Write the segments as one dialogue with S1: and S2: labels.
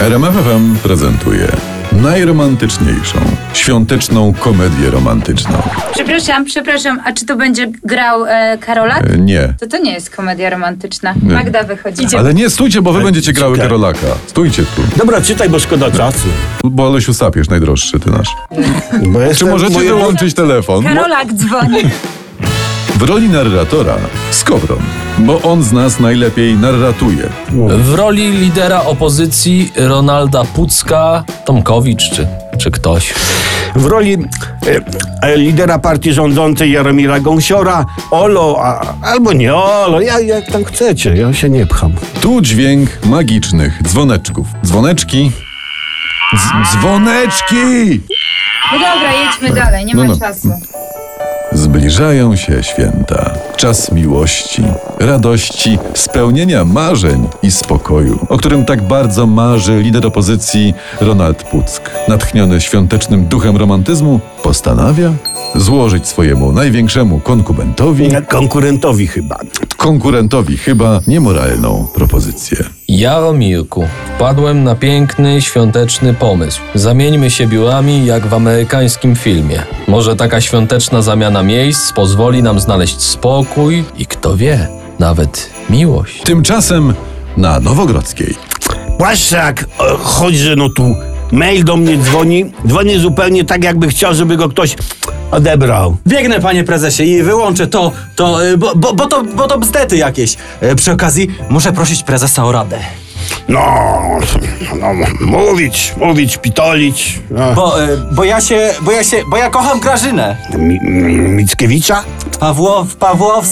S1: RMFFM prezentuje najromantyczniejszą świąteczną komedię romantyczną.
S2: Przepraszam, przepraszam, a czy to będzie grał e, Karolak?
S1: E, Nie.
S2: To to nie jest komedia romantyczna. Magda wychodzi.
S1: Ale nie stójcie, bo wy będziecie grały
S3: czekaj.
S1: Karolaka. Stójcie tu.
S3: Dobra, czytaj, bo szkoda czasu.
S1: Bo Olesiu Sapiesz najdroższy ty nasz.
S3: Bo
S1: Czy
S3: jestem
S1: możecie
S3: moje-
S1: wyłączyć telefon?
S2: Karolak dzwoni.
S1: W roli narratora Skowron, bo on z nas najlepiej narratuje.
S4: W roli lidera opozycji Ronalda Pucka, Tomkowicz czy, czy ktoś.
S3: W roli e, e, lidera partii rządzącej Jaromira Gąsiora, Olo, a, albo nie Olo, ja, jak tam chcecie, ja się nie pcham.
S1: Tu dźwięk magicznych dzwoneczków. Dzwoneczki. dz- dzwoneczki!
S2: No dobra, jedźmy dalej, nie ma
S1: No, no.
S2: czasu.
S1: Zbliżają się święta. Czas miłości, radości, spełnienia marzeń i spokoju, o którym tak bardzo marzy lider opozycji Ronald Puck. Natchniony świątecznym duchem romantyzmu, postanawia złożyć swojemu największemu konkurentowi,
S3: Konkurentowi chyba.
S1: konkurentowi chyba niemoralną propozycję.
S4: Jaromirku, wpadłem na piękny, świąteczny pomysł. Zamieńmy się biurami jak w amerykańskim filmie. Może taka świąteczna zamiana miejsc pozwoli nam znaleźć spokój i kto wie, nawet miłość.
S1: Tymczasem na Nowogrodzkiej.
S3: Błaszczak, e, chodźże no tu. Mail do mnie dzwoni, dzwoni zupełnie tak, jakby chciał, żeby go ktoś odebrał.
S5: Biegnę, panie prezesie, i wyłączę to, to, y, bo, bo, bo to, bo to bzdety jakieś. Y, Przy okazji muszę prosić prezesa o radę.
S3: No, no mówić, mówić, pitolić. No.
S5: Bo, y, bo ja się, bo ja się, bo ja kocham Grażynę.
S3: Mi, mi, Mickiewicza?
S5: Pawłow,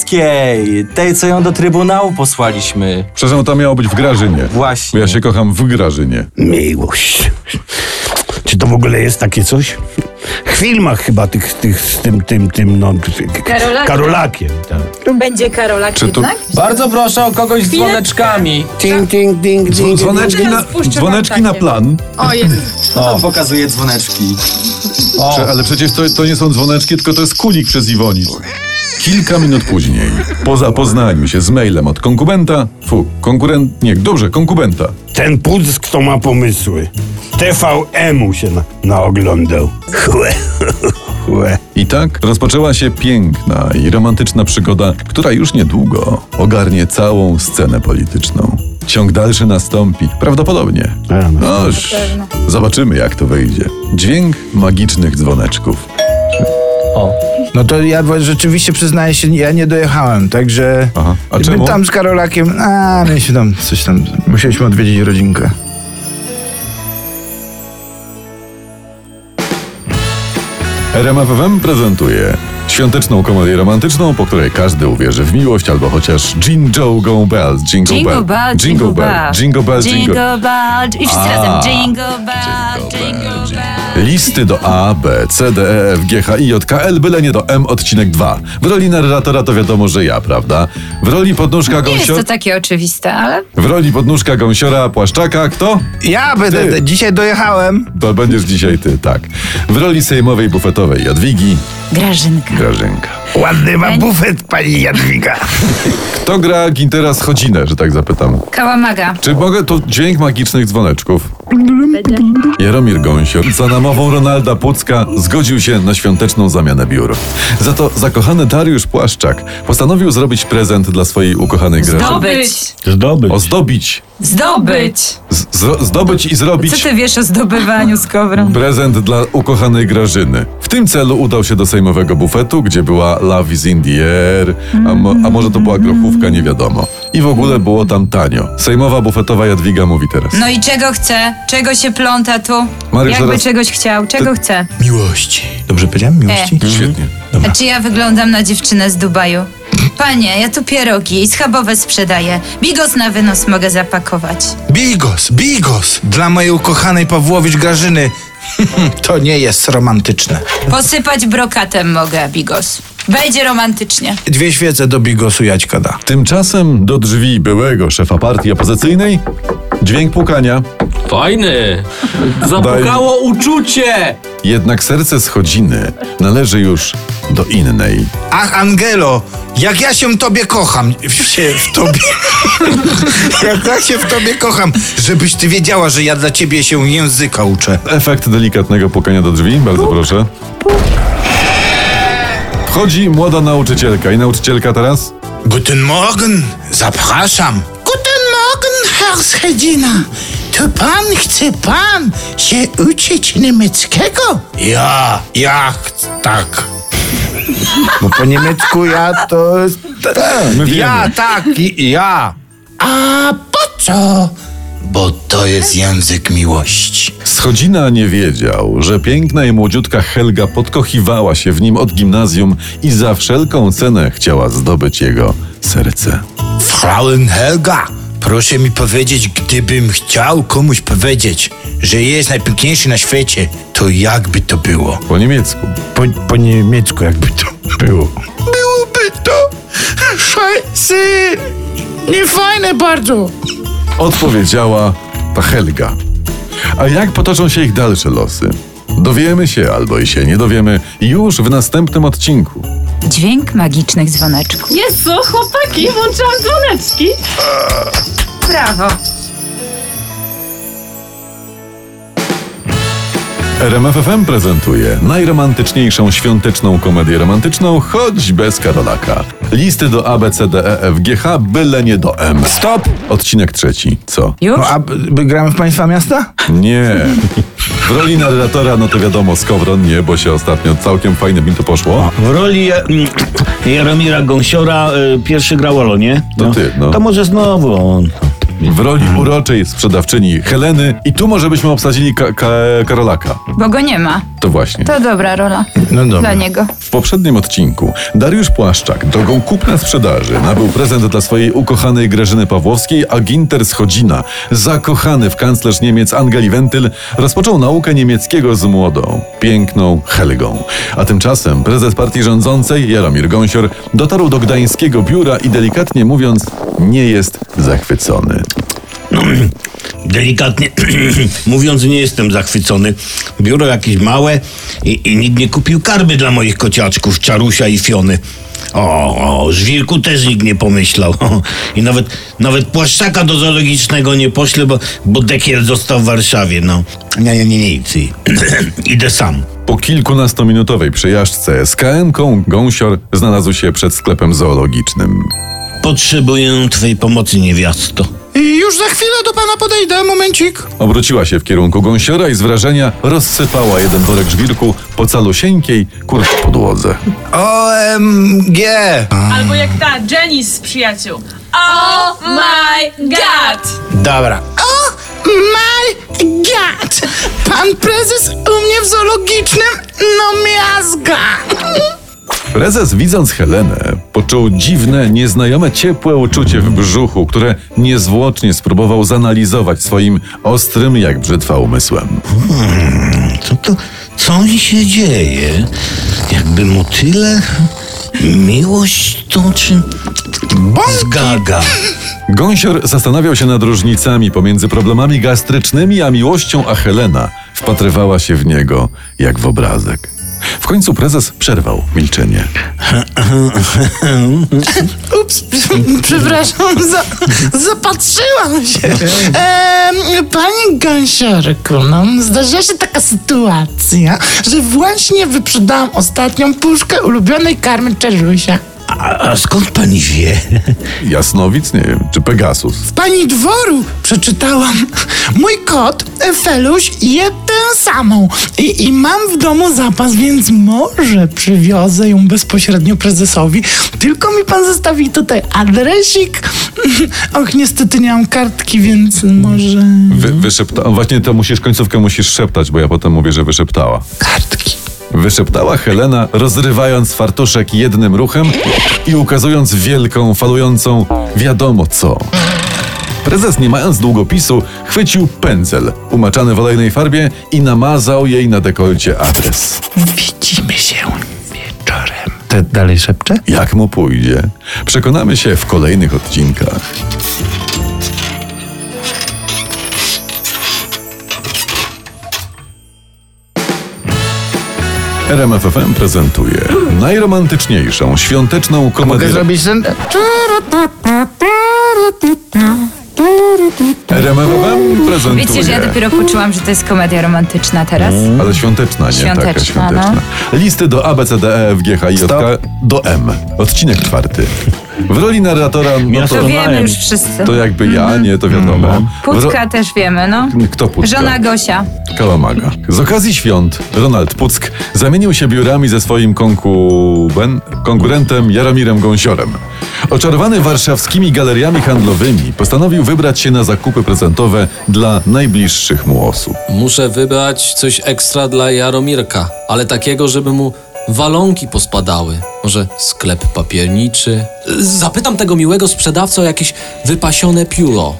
S5: Pawłowskiej, tej, co ją do trybunału posłaliśmy.
S1: Przepraszam, to miało być w Grażynie.
S5: Właśnie.
S1: Ja się kocham w Grażynie.
S3: Miłość. Czy to w ogóle jest takie coś? W filmach chyba tych, tych z tym, tym, tym, no... tych-
S2: Karolakiem.
S3: Karolakiem, tak.
S2: Będzie Karolak
S1: No. Czy tu-
S2: jednak?
S4: Bardzo proszę o kogoś z dzwoneczkami.
S3: Ding, ding, ding, ding.
S1: Dzwoneczki na,
S2: Spuszczę wam
S1: dzwoneczki na
S2: takie.
S1: plan.
S2: O, jest.
S5: To pokazuje No dzwoneczki.
S1: Prze- ale przecież to, to nie są dzwoneczki, tylko to jest kulik przez Iwonic. Kilka minut później, po zapoznaniu się z mailem od konkubenta, fu, konkurent, nie, dobrze, konkubenta,
S3: Ten Puck to ma pomysły. TVM-u się na, naoglądał. Chłe, chłe.
S1: i tak rozpoczęła się piękna i romantyczna przygoda, która już niedługo ogarnie całą scenę polityczną. Ciąg dalszy nastąpi, prawdopodobnie.
S3: A, no.
S1: Noż, zobaczymy jak to wyjdzie. Dźwięk magicznych dzwoneczków.
S4: O.
S6: No to ja wa- rzeczywiście przyznaję się, ja nie dojechałem, także
S1: Aha. A
S6: my
S1: czemu?
S6: tam z Karolakiem, a my się tam coś tam, musieliśmy odwiedzić rodzinkę.
S1: RMFFM prezentuje świąteczną komedię romantyczną, po której każdy uwierzy w miłość albo chociaż Jingle Bell, Jingle
S2: Jingle
S1: Bell,
S2: bell,
S1: Jingle Bell, Jingle Bell, Jingle
S2: Jingle bell. I wszyscy
S1: A.
S2: razem. Jingle bell,
S1: Jingle bell,
S2: jingle bell.
S1: Listy do A, B, C, D, E, F, G, H, I, J, K, L, byle nie do M, odcinek 2. W roli narratora to wiadomo, że ja, prawda? W roli podnóżka
S2: Nie jest to tak.
S1: gąsiora,
S2: takie oczywiste, ale
S1: w roli podnóżka gąsiora Płaszczaka, kto?
S6: Ja będę,
S1: Ty.
S6: dzisiaj dojechałem.
S1: To będziesz dzisiaj ty, tak. W roli sejmowej bufetowej Jadwigi
S2: Grażynka.
S1: Grażynka.
S6: Ładny ma bufet, pani Jadwiga. Kto?
S1: To gra Gintera Schodzinę, że tak zapytam.
S2: Kałamaga.
S1: Czy mogę to dźwięk magicznych dzwoneczków? Jaromir Gąsior za namową Ronalda Pucka zgodził się na świąteczną zamianę biur. Za to zakochany Dariusz Płaszczak postanowił zrobić prezent dla swojej ukochanej Grażyny.
S2: Zdobyć.
S3: Zdobyć.
S1: Ozdobić,
S2: Zdobyć.
S1: z- zro- zdobyć i
S2: Co
S1: zrobić
S2: ty wiesz o zdobywaniu z kowrą?
S1: prezent dla ukochanej Grażyny. W tym celu udał się do sejmowego bufetu, gdzie była Love is in the air, a, mo- a może to była grochówka, nie wiadomo. I w ogóle było tam tanio. Sejmowa bufetowa Jadwiga mówi teraz.
S2: No i czego chce? Czego się pląta tu?
S1: Mariusz,
S2: Jakby
S1: zaraz-
S2: czegoś chciał? Czego chce?
S6: Miłości. Dobrze powiedziałem? Miłości?
S1: Świetnie.
S2: A czy ja wyglądam na dziewczynę z Dubaju? Panie, ja tu pierogi i schabowe sprzedaję. Bigos na wynos mogę zapakować.
S6: Bigos, bigos! Dla mojej ukochanej Pawłowicz Grażyny. to nie jest romantyczne.
S2: Posypać brokatem mogę, Bigos. Wejdzie romantycznie.
S6: Dwie świece do bigosu Jaćka da.
S1: Tymczasem do drzwi byłego szefa partii opozycyjnej dźwięk pukania.
S4: Fajny! Zapukało uczucie!
S1: Jednak serce schodziny należy już do innej.
S6: Ach, Angelo, jak ja się tobie kocham. W, się w tobie. jak ja się w tobie kocham, żebyś ty wiedziała, że ja dla ciebie się języka uczę.
S1: Efekt delikatnego pukania do drzwi, bardzo proszę. Wchodzi młoda nauczycielka i nauczycielka teraz?
S6: Guten Morgen, zapraszam. Guten Morgen, Herr Hedina. To pan chce pan się uczyć niemieckiego? Ja, ja, ch- tak.
S3: Bo No, po niemiecku ja to...
S1: My wiemy.
S6: Ja, tak, i- ja. A po co? Bo to jest język miłości.
S1: Schodzina nie wiedział, że piękna i młodziutka Helga podkochiwała się w nim od gimnazjum i za wszelką cenę chciała zdobyć jego serce.
S6: Frauen Helga, proszę mi powiedzieć, gdybym chciał komuś powiedzieć, że jest najpiękniejszy na świecie, to jakby to było?
S1: Po niemiecku.
S3: Po, po niemiecku jakby to było.
S6: Byłoby to szajsy. Niefajne bardzo.
S1: Odpowiedziała ta Helga. A jak potoczą się ich dalsze losy? Dowiemy się albo i się nie dowiemy już w następnym odcinku.
S2: Dźwięk magicznych dzwoneczków.
S7: Jezu, chłopaki, włączyłam dzwoneczki.
S2: Brawo!
S1: RMFFM prezentuje najromantyczniejszą świąteczną komedię romantyczną, choć bez Karolaka. Listy do A, B, C, D, E, F, G, H, byle nie do M.
S3: Stop!
S1: Odcinek trzeci. Co?
S2: Już?
S3: No a b- b- gramy w Państwa Miasta?
S1: Nie. W roli narratora, no to wiadomo, Skowron nie, bo się ostatnio całkiem fajnym mi to poszło.
S8: W roli e, mm, Jaromira Gąsiora e, pierwszy grał Olo, nie?
S1: To ty, no.
S8: To może znowu on.
S1: W roli uroczej sprzedawczyni Heleny i tu może byśmy obsadzili ka- ka- Karolaka.
S2: Bo go nie ma.
S1: To właśnie.
S2: To dobra rola
S6: No
S2: dla
S6: dobra.
S2: niego.
S1: W poprzednim odcinku Dariusz Płaszczak drogą kupna sprzedaży nabył prezent dla swojej ukochanej Grażyny Pawłowskiej, a Ginter Schodzina, zakochany w kanclerz Niemiec Angeli Wentyl, rozpoczął naukę niemieckiego z młodą, piękną Helgą. A tymczasem prezes partii rządzącej Jaromir Gąsior dotarł do gdańskiego biura i delikatnie mówiąc nie jest zachwycony.
S8: Delikatnie mówiąc, nie jestem zachwycony. Biuro jakieś małe i, i nikt nie kupił karmy dla moich kociaczków, czarusia i fiony. O, o, żwirku też nikt nie pomyślał. I nawet, nawet płaszczaka do zoologicznego nie pośle, bo, bo dekier został w Warszawie, no. Nie, nie, nie, nie, idź. idę sam.
S1: Po kilkunastominutowej przejażdżce z KM-ką Gąsior znalazł się przed sklepem zoologicznym.
S8: Potrzebuję twojej pomocy, niewiasto.
S6: I już za chwilę do pana podejdę, momencik.
S1: Obróciła się w kierunku gąsiora i z wrażenia rozsypała jeden worek żwirku po calusieńkiej kurcz podłodze.
S6: OMG.
S7: Albo jak ta Jenny z przyjaciół. Oh my god!
S6: Dobra. Oh my god! Pan prezes u mnie w zoologicznym no miazga.
S1: Prezes widząc Helenę poczuł dziwne, nieznajome ciepłe uczucie w brzuchu, które niezwłocznie spróbował zanalizować swoim ostrym jak brzytwa umysłem.
S8: Co to, co się dzieje? Jakby mu tyle miłość to czy zgaga.
S1: Gąsior zastanawiał się nad różnicami pomiędzy problemami gastrycznymi a miłością, a Helena wpatrywała się w niego jak w obrazek. W końcu prezes przerwał milczenie.
S9: Ups, przepraszam, za, zapatrzyłam się. Em, panie Gąsiorku, no, zdarzyła się taka sytuacja, że właśnie wyprzedałam ostatnią puszkę ulubionej karmy Czerusia.
S8: A, a skąd pani wie?
S1: Jasnowic, nie wiem, czy Pegasus.
S9: W pani dworu przeczytałam. Mój kot, e, Feluś, je tę samą. I, I mam w domu zapas, więc może przywiozę ją bezpośrednio prezesowi. Tylko mi pan zostawi tutaj adresik. Och, niestety nie mam kartki, więc może...
S1: Wy, wyszepta... Właśnie to musisz, końcówkę musisz szeptać, bo ja potem mówię, że wyszeptała.
S9: Kartki.
S1: Wyszeptała Helena, rozrywając fartuszek jednym ruchem i ukazując wielką, falującą wiadomo co. Prezes, nie mając długopisu, chwycił pędzel umaczany w olejnej farbie i namazał jej na dekolcie adres.
S9: Widzimy się wieczorem.
S3: Te dalej szepcze?
S1: Jak mu pójdzie? Przekonamy się w kolejnych odcinkach. RMFFM prezentuje najromantyczniejszą świąteczną komedię.
S6: Mogę zrobić ten...
S1: RMFFM prezentuje. Mm.
S2: Wiecie, że ja dopiero poczułam, że to jest komedia romantyczna teraz.
S1: Ale świąteczna, nie taka
S2: Świąteczna, no.
S1: świąteczna. Listy do A, B, C, D, E, F, G, H, I, J, K, do M. Odcinek czwarty. W roli narratora, no
S2: To
S1: to,
S2: wiemy już wszyscy.
S1: to jakby ja, nie, to
S2: Mm.
S1: wiadomo. W ro-
S2: Putka też wiemy, no.
S1: Kto Putka?
S2: Żona Gosia.
S1: Kalamaga. Z okazji świąt Ronald Puck zamienił się biurami ze swoim konkuben, konkurentem Jaromirem Gąsiorem. Oczarowany warszawskimi galeriami handlowymi, postanowił wybrać się na zakupy prezentowe dla najbliższych mu osób.
S4: Muszę wybrać coś ekstra dla Jaromirka, ale takiego, żeby mu walonki pospadały. Może sklep papierniczy? Zapytam tego miłego sprzedawcę o jakieś wypasione pióro.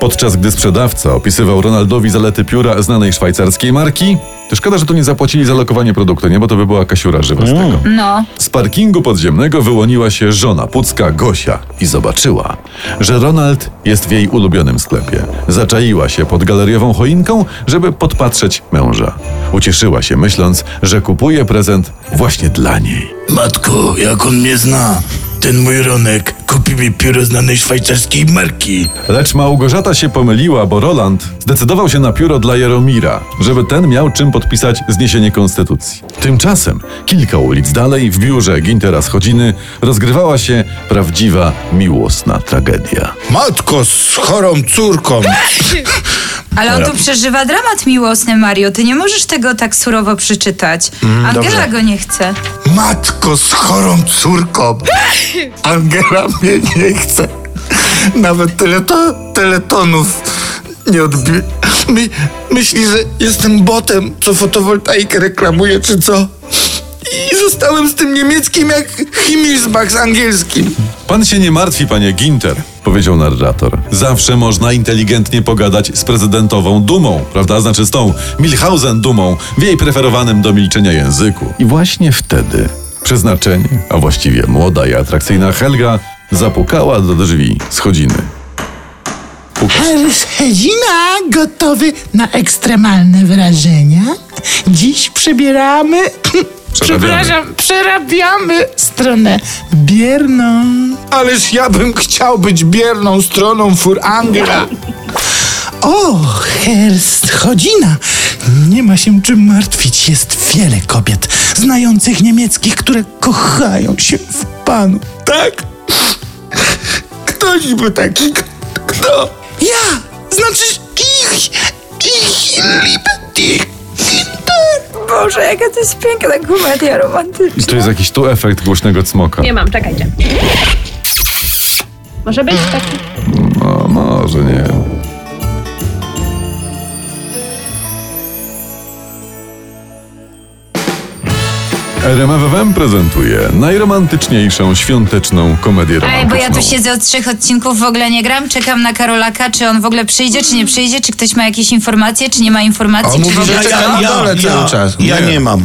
S1: Podczas gdy sprzedawca opisywał Ronaldowi zalety pióra znanej szwajcarskiej marki, to szkoda, że tu nie zapłacili za lokowanie produktu, nie? Bo to by była kasiura żywa z tego.
S2: No.
S1: Z parkingu podziemnego wyłoniła się żona Pucka Gosia i zobaczyła, że Ronald jest w jej ulubionym sklepie. Zaczaiła się pod galeriową choinką, żeby podpatrzeć męża. Ucieszyła się myśląc, że kupuje prezent właśnie dla niej.
S6: Matko, jak on mnie zna. Ten mój Ronek kupi mi pióro znanej szwajcarskiej marki.
S1: Lecz Małgorzata się pomyliła, bo Roland zdecydował się na pióro dla Jaromira, żeby ten miał czym podpisać zniesienie konstytucji. Tymczasem, kilka ulic dalej, w biurze Gintera Schodziny, rozgrywała się prawdziwa, miłosna tragedia.
S6: Matko z chorą córką.
S2: Ale on tu przeżywa dramat miłosny, Mario. Ty nie możesz tego tak surowo przeczytać. Angela
S6: Mm, dobrze.
S2: go nie chce.
S6: Matko z chorą córką. Angela mnie nie chce. Nawet teleto, teletonów nie odbi... My, myśli, że jestem botem, co fotowoltaikę reklamuje, czy co. I zostałem z tym niemieckim jak Himmelsbach z angielskim.
S1: Pan się nie martwi, panie Ginter, powiedział narrator. Zawsze można inteligentnie pogadać z prezydentową dumą, prawda? Znaczy z tą Milhausen dumą w jej preferowanym do milczenia języku. I właśnie wtedy przeznaczenie, a właściwie młoda i atrakcyjna Helga, zapukała do drzwi schodziny.
S9: Helshedzina gotowy na ekstremalne wrażenia. Dziś przebieramy... Przepraszam, przerabiamy stronę bierną.
S6: Ależ ja bym chciał być bierną stroną fur Angela.
S9: O, Herst Chodzina! Nie ma się czym martwić. Jest wiele kobiet znających niemieckich, które kochają się w panu.
S6: Tak? Kto niby taki? K- Kto?
S9: Ja! Znaczy ich!
S6: Ich liebdy.
S2: Boże, jaka to jest piękna komedia romantyczna.
S1: To jest jakiś tu efekt głośnego cmoka.
S7: Nie mam, czekajcie. Może być taki.
S1: No, może nie. RMFWM prezentuje najromantyczniejszą świąteczną komedię romantyczną.
S2: Ej, bo ja tu siedzę od trzech odcinków, w ogóle nie gram, czekam na Karolaka, czy on w ogóle przyjdzie, czy nie przyjdzie, czy ktoś ma jakieś informacje, czy nie ma informacji,
S6: On
S2: czy w
S6: mówi,
S2: ogóle...
S6: że czeka na dole cały czas.
S8: Ja nie mam.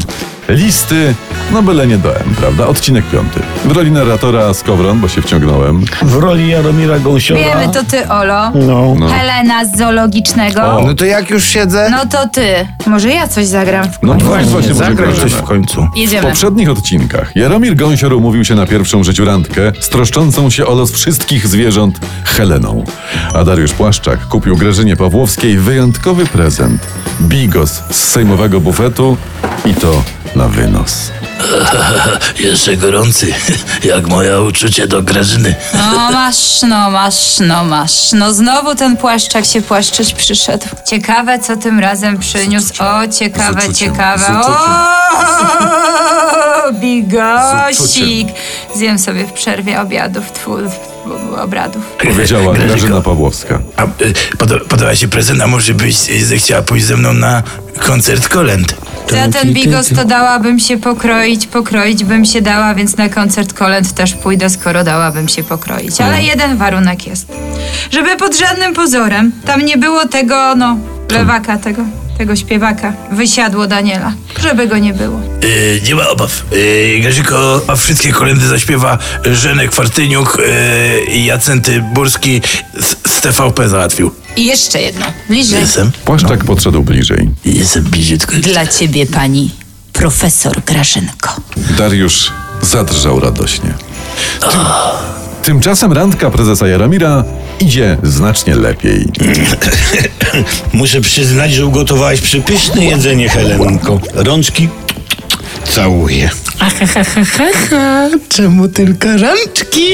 S1: Listy, no byle nie dałem, prawda? Odcinek piąty. W roli narratora Skowron, bo się wciągnąłem.
S3: W roli Jaromira Gąsiora...
S2: Wiemy, to ty, Olo.
S3: No.
S2: Helena z zoologicznego.
S6: No to jak już siedzę?
S2: No to ty. Może ja coś zagram w
S1: No właśnie,
S6: Właśnie,
S1: może
S6: zagraj
S1: Grażyna.
S6: coś w końcu.
S1: W
S2: Jedziemy.
S1: poprzednich odcinkach Jaromir Gąsior umówił się na pierwszą w życiu randkę z troszczącą się o los wszystkich zwierząt Heleną. A Dariusz Płaszczak kupił Grażynie Pawłowskiej wyjątkowy prezent. Bigos z sejmowego bufetu i to na wynos.
S6: Jeszcze gorący, jak moje uczucie do Grażyny.
S2: No masz, no masz, no masz. No znowu ten płaszczak się płaszczyć przyszedł. Ciekawe, co tym razem przyniósł. O,
S1: Z
S2: ciekawe,
S1: uczuciem,
S2: ciekawe.
S1: z uczuciem.
S2: O,
S1: Z uczuciem.
S2: bigosik. Zjem sobie w przerwie obiadów, twu, obradów.
S1: Powiedziała
S6: Grażyko.
S1: Grażyna Pawłowska.
S6: A, y, podo- podoba się prezent, a może byś y, zechciała pójść ze mną na koncert kolęd.
S2: Za ten bigos to dałabym się pokroić, pokroić bym się dała, więc na koncert kolęd też pójdę, skoro dałabym się pokroić. Ale jeden warunek jest. Żeby pod żadnym pozorem tam nie było tego, no, lewaka tego, tego śpiewaka. Wysiadło Daniela. Żeby go nie było.
S6: Y, nie ma obaw. Y, Grażyko a wszystkie kolędy zaśpiewa Żenek Fartyniuk y, i Jacenty Burski z, z TVP załatwił.
S2: I jeszcze jedno. Bliżej.
S6: Jestem.
S1: Płaszczak podszedł bliżej.
S6: Jestem bliziutko.
S2: Dla ciebie, pani.
S10: profesor Grażynko.
S1: Dariusz zadrżał radośnie. Tym- Tymczasem randka prezesa Jaromira idzie znacznie lepiej.
S8: Muszę przyznać, że ugotowałaś przepyszne jedzenie, Helenko. Rączki całuję.
S9: Ahahahaha, czemu tylko rączki?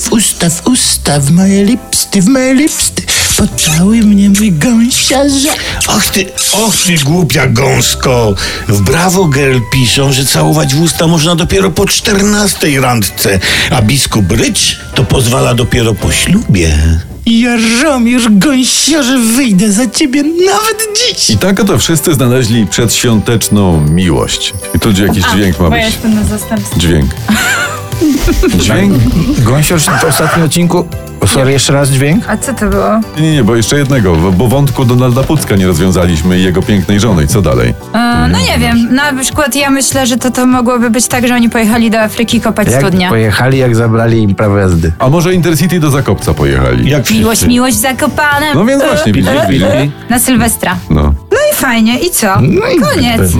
S9: W usta, w usta, w moje lipsty, w moje lipsty. Pocałuj mnie, mój gąsiarze.
S8: Och ty, och ty głupia gąsko. W Bravo Girl piszą, że całować w usta można dopiero po czternastej randce, a biskup Rycz to pozwala dopiero po ślubie.
S9: Jaromir, gąsiarze, wyjdę za ciebie nawet dziś.
S1: I tak oto wszyscy znaleźli przedświąteczną miłość. I tu jakiś dźwięk ma
S7: Bo ja
S1: być.
S7: jestem na zastępstwie.
S1: Dźwięk. Dźwięk?
S5: Gąsiorz w ostatnim odcinku. Sorry, jeszcze raz dźwięk.
S2: A co to było?
S1: Nie, nie, nie, bo jeszcze jednego, bo- bo wątku Donalda Pucka nie rozwiązaliśmy i jego pięknej żony. I Co dalej?
S2: E, no nie wiem, na przykład ja myślę, że to, to mogłoby być tak, że oni pojechali do Afryki kopać studnia.
S5: pojechali, jak zabrali im prawe jazdy.
S1: A może Intercity do Zakopca pojechali?
S8: Jak
S2: Miłość,
S8: wszyscy. E,
S2: miłość zakopane.
S1: No więc właśnie, widzisz, widzisz.
S2: Na Sylwestra.
S1: No.
S2: No i fajnie, i co? Koniec.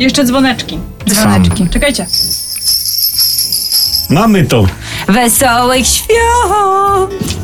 S7: Jeszcze dzwoneczki.
S2: Dzwoneczki.
S7: Czekajcie.
S8: Mamy to.
S2: Wesołych świąt!